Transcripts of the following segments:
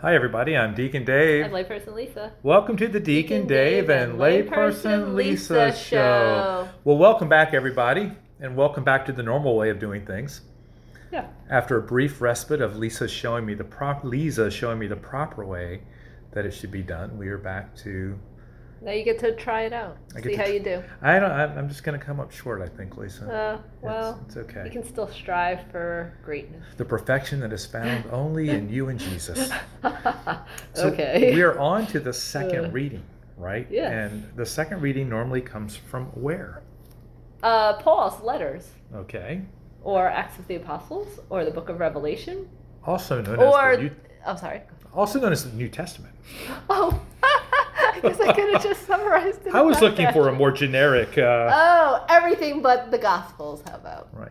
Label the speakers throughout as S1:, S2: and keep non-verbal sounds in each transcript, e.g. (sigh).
S1: Hi, everybody. I'm Deacon Dave.
S2: I'm layperson Lisa.
S1: Welcome to the Deacon, Dave, and Layperson Lisa show. Well, welcome back, everybody, and welcome back to the normal way of doing things.
S2: Yeah.
S1: After a brief respite of Lisa showing me the prop, Lisa showing me the proper way that it should be done, we are back to.
S2: Now you get to try it out.
S1: I get
S2: See
S1: to
S2: how
S1: tr- (laughs)
S2: you do.
S1: I don't. I'm I'm just going to come up short. I think, Lisa.
S2: Uh, well,
S1: it's, it's okay.
S2: you can still strive for greatness. (laughs)
S1: The perfection that is found only in you and Jesus. (laughs) So
S2: okay.
S1: We are on to the second
S2: Uh,
S1: reading, right?
S2: yes.
S1: And the second reading normally comes from where?
S2: uh, Paul's letters,
S1: Okay.
S2: or Acts of the Apostles, or the Book of Revelation,
S1: Also known
S2: or
S1: as the New,
S2: I'm sorry. (laughs)
S1: also known as the New Testament.
S2: Oh, (laughs) I guess I could have just summarized
S1: (laughs)
S2: it.
S1: I was
S2: in that
S1: looking for a
S2: fashion.
S1: more generic. Uh,
S2: (laughs) Oh, everything but the Gospels. How about?
S1: right.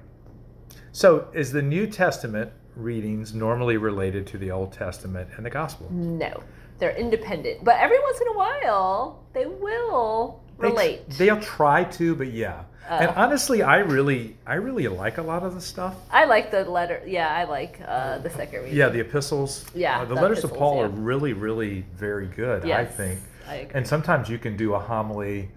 S1: So, is the New Testament readings normally related to the Old Testament and the Gospel?
S2: No, they're independent. But every once in a while, they will
S1: They-
S2: relate.
S1: They'll try to, but yeah. and
S2: Oh.
S1: honestly, I really, I really like a lot of the stuff.
S2: I like the letter. Yeah, I like uh, the second reading.
S1: Yeah, the epistles.
S2: Yeah,
S1: uh, the,
S2: the
S1: letters to
S2: epistles,
S1: Paul
S2: yeah.
S1: are really, really very good. I
S2: Yes,
S1: think.
S2: I agree.
S1: And sometimes you can do a homily.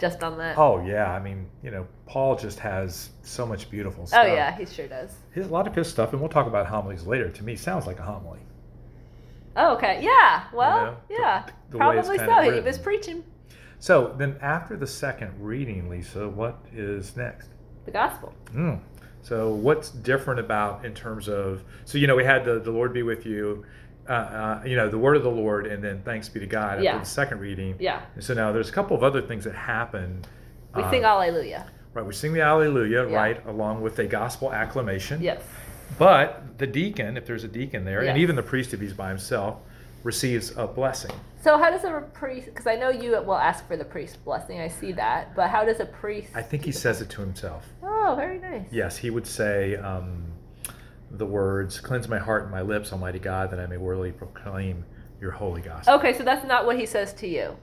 S2: Just on that. Oh,
S1: Oh yeah, I mean, you know, Paul just has so much beautiful stuff.
S2: Oh, yeah, he sure does.
S1: His, a lot of his stuff, and we'll talk about homilies later. To me, sounds like a homily.
S2: Oh, okay. Yeah. Well,
S1: know,
S2: yeah.
S1: the- the way it's
S2: Probably
S1: kinda
S2: so. He
S1: written.
S2: was preaching
S1: So then, after the second reading, Lisa, what is next?
S2: the gospel.
S1: Mm. So what's different about in terms of? So you know, we had the the Lord be with you. Uh, uh, you know, the word of the Lord, and then thanks be to God after
S2: Yeah.
S1: the second reading.
S2: Yeah.
S1: And so now there's a couple of other things that happen.
S2: We
S1: uh,
S2: sing Alleluia.
S1: right. We sing the Alleluia,
S2: Yeah.
S1: right, along with a gospel acclamation.
S2: Yes.
S1: But the deacon, if there's a deacon there, and
S2: Yes.
S1: even the priest if he's by himself, receives a blessing.
S2: So how does a priest? Because I know you will ask for the priest's blessing. I see that. But how does a priest?
S1: I think he says it to himself.
S2: Oh, very nice.
S1: Yes, he would say um, the words, "Cleanse my heart and my lips, Almighty God, that I may worthily proclaim Your holy gospel."
S2: Okay, so that's not what he says to you.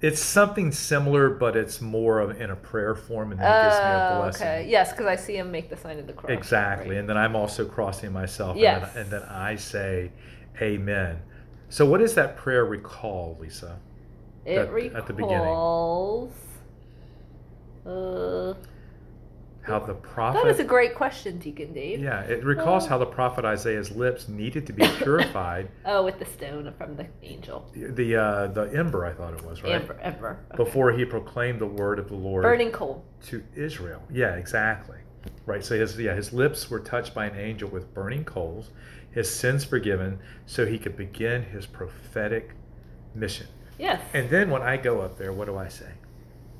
S1: It's something similar, but it's more of in a prayer form, and he gives me a
S2: Oh,
S1: blessing.
S2: okay. Yes, because I see him make the sign of the cross.
S1: Exactly.
S2: Right.
S1: And then I'm also crossing myself.
S2: Yes.
S1: And, then, and then I say, Amen. So, what does that prayer recall, Lisa?
S2: It
S1: at-
S2: recalls.
S1: at the beginning.
S2: Uh,
S1: How the prophet.
S2: that is a Oh. great question, Deacon Dave.
S1: yeah, it recalls how the prophet Isaiah's lips needed to be purified.
S2: Oh, with the stone from the angel.
S1: the uh, the ember, I thought it was, right?
S2: Amber, Ember. Okay.
S1: Before he proclaimed the word of the Lord
S2: Burning coal.
S1: to Israel. Yeah, exactly. Right. So his yeah his lips were touched by an angel with burning coals, his sins forgiven, so he could begin his prophetic mission.
S2: Yes.
S1: And then when I go up there, what do I say?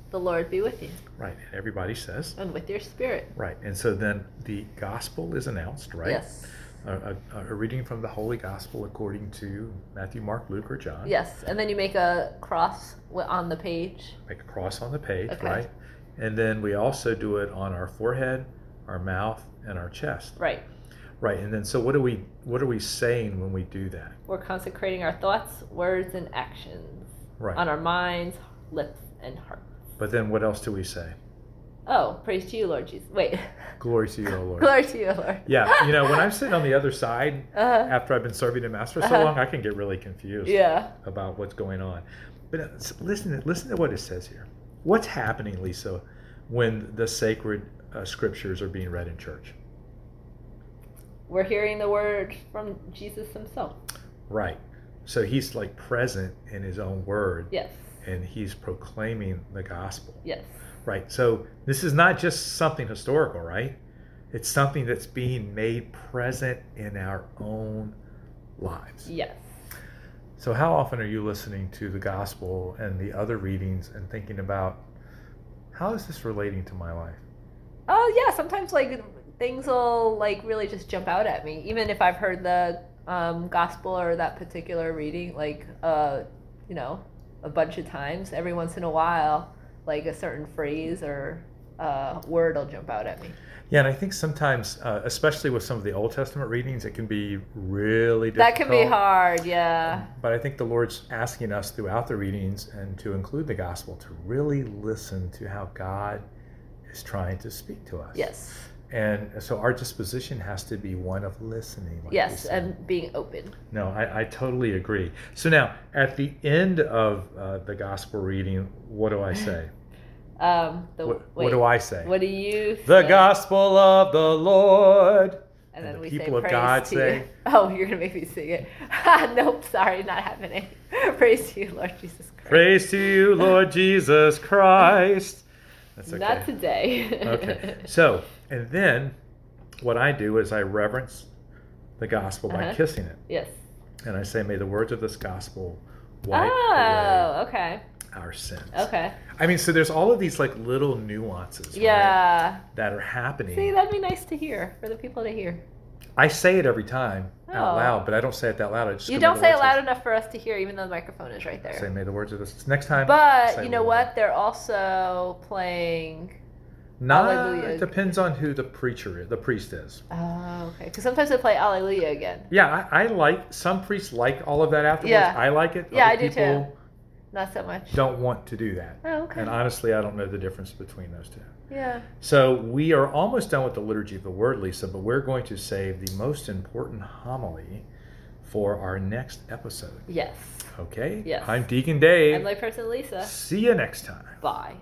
S2: the Lord be with you
S1: Right. And everybody says,
S2: and with your spirit.
S1: right. And so then the gospel is announced, right?
S2: Yes.
S1: A, a, a reading from the Holy Gospel according to Matthew, Mark, Luke, or John.
S2: Yes. And then you make a cross wi- on the page.
S1: Make a cross on the page,
S2: Okay.
S1: right? And then we also do it on our forehead, our mouth, and our chest.
S2: Right.
S1: Right. And then so what do we what are we saying when we do that?
S2: We're consecrating our thoughts, words, and actions
S1: Right.
S2: on our minds, lips, and hearts.
S1: But then what else do we say?
S2: Oh, praise to you, Lord Jesus. Wait. (laughs)
S1: Glory to you, O Lord.
S2: Glory to you, Lord. (laughs)
S1: yeah. You know, when I'm sitting on the other side
S2: Uh,
S1: after I've been serving the master so
S2: Uh-huh.
S1: long, I can get really confused.
S2: yeah.
S1: about what's going on. But uh, s- listen, listen to what it says here. What's happening, Lisa, when the sacred uh, scriptures are being read in church?
S2: We're hearing the word from Jesus himself.
S1: Right. So he's like present in his own word,
S2: Yes.
S1: and he's proclaiming the gospel.
S2: Yes.
S1: Right. So this is not just something historical, right? It's something that's being made present in our own lives.
S2: Yes.
S1: So, how often are you listening to the gospel and the other readings and thinking about how is this relating to my life?
S2: Oh yeah, sometimes like things will like really just jump out at me, even if I've heard the um, gospel or that particular reading like uh, you know a bunch of times. Every once in a while, like a certain phrase or uh, word will jump out at me.
S1: Yeah, and I think sometimes, uh, especially with some of the Old Testament readings, it can be really difficult.
S2: That can be hard, yeah.
S1: But I think the Lord's asking us throughout the readings and to include the gospel to really listen to how God is trying to speak to us.
S2: Yes.
S1: And so our disposition has to be one of listening. like we
S2: yes,
S1: said.
S2: and being open.
S1: No, I, I totally agree. So now, at the end of uh, the gospel reading, what
S2: (laughs)
S1: do I say?
S2: Um, the,
S1: What,
S2: wait,
S1: what do I say?
S2: What do you?
S1: the
S2: say?
S1: gospel of the Lord. and
S2: And then
S1: the
S2: we
S1: people
S2: say
S1: of
S2: praise
S1: God
S2: to
S1: say-
S2: You. (laughs) Oh, you're gonna make me sing it. (laughs) nope, sorry, not happening. (laughs) praise to you, Lord Jesus Christ.
S1: Praise to you,
S2: (laughs)
S1: Lord Jesus Christ. That's okay.
S2: Not today. (laughs)
S1: okay. So, and then what I do is I reverence the gospel by
S2: Uh-huh.
S1: kissing it.
S2: yes.
S1: And I say, may the words of this gospel wipe
S2: Oh, okay.
S1: away our sins.
S2: Okay.
S1: I mean, so there's all of these like little nuances right,
S2: Yeah.
S1: that are happening.
S2: See, that'd be nice to hear for the people to hear.
S1: I say it every time out
S2: Oh.
S1: loud, but I don't say it that loud. I just go,
S2: You
S1: "May
S2: don't
S1: the
S2: say it
S1: words
S2: loud
S1: of-
S2: enough for us to hear, even though the microphone is right
S1: Say,
S2: there.
S1: may the words of this. Next time.
S2: But
S1: say
S2: you know
S1: louder.
S2: what? They're also playing.
S1: Not,
S2: Hallelujah.
S1: It depends on who the preacher is, the priest is.
S2: Oh, okay. Because sometimes they play Alleluia again.
S1: Yeah, I, I like some priests like all of that afterwards.
S2: Yeah.
S1: I like it.
S2: Yeah,
S1: Other
S2: I do too.
S1: people
S2: Not so much.
S1: don't want to do that.
S2: Oh, okay.
S1: And honestly, I don't know the difference between those two.
S2: yeah.
S1: So we are almost done with the liturgy of the word, Lisa, but we're going to save the most important homily for our next episode.
S2: Yes.
S1: Okay?
S2: Yes.
S1: I'm Deacon Dave.
S2: I'm layperson Lisa.
S1: See you next time.
S2: Bye.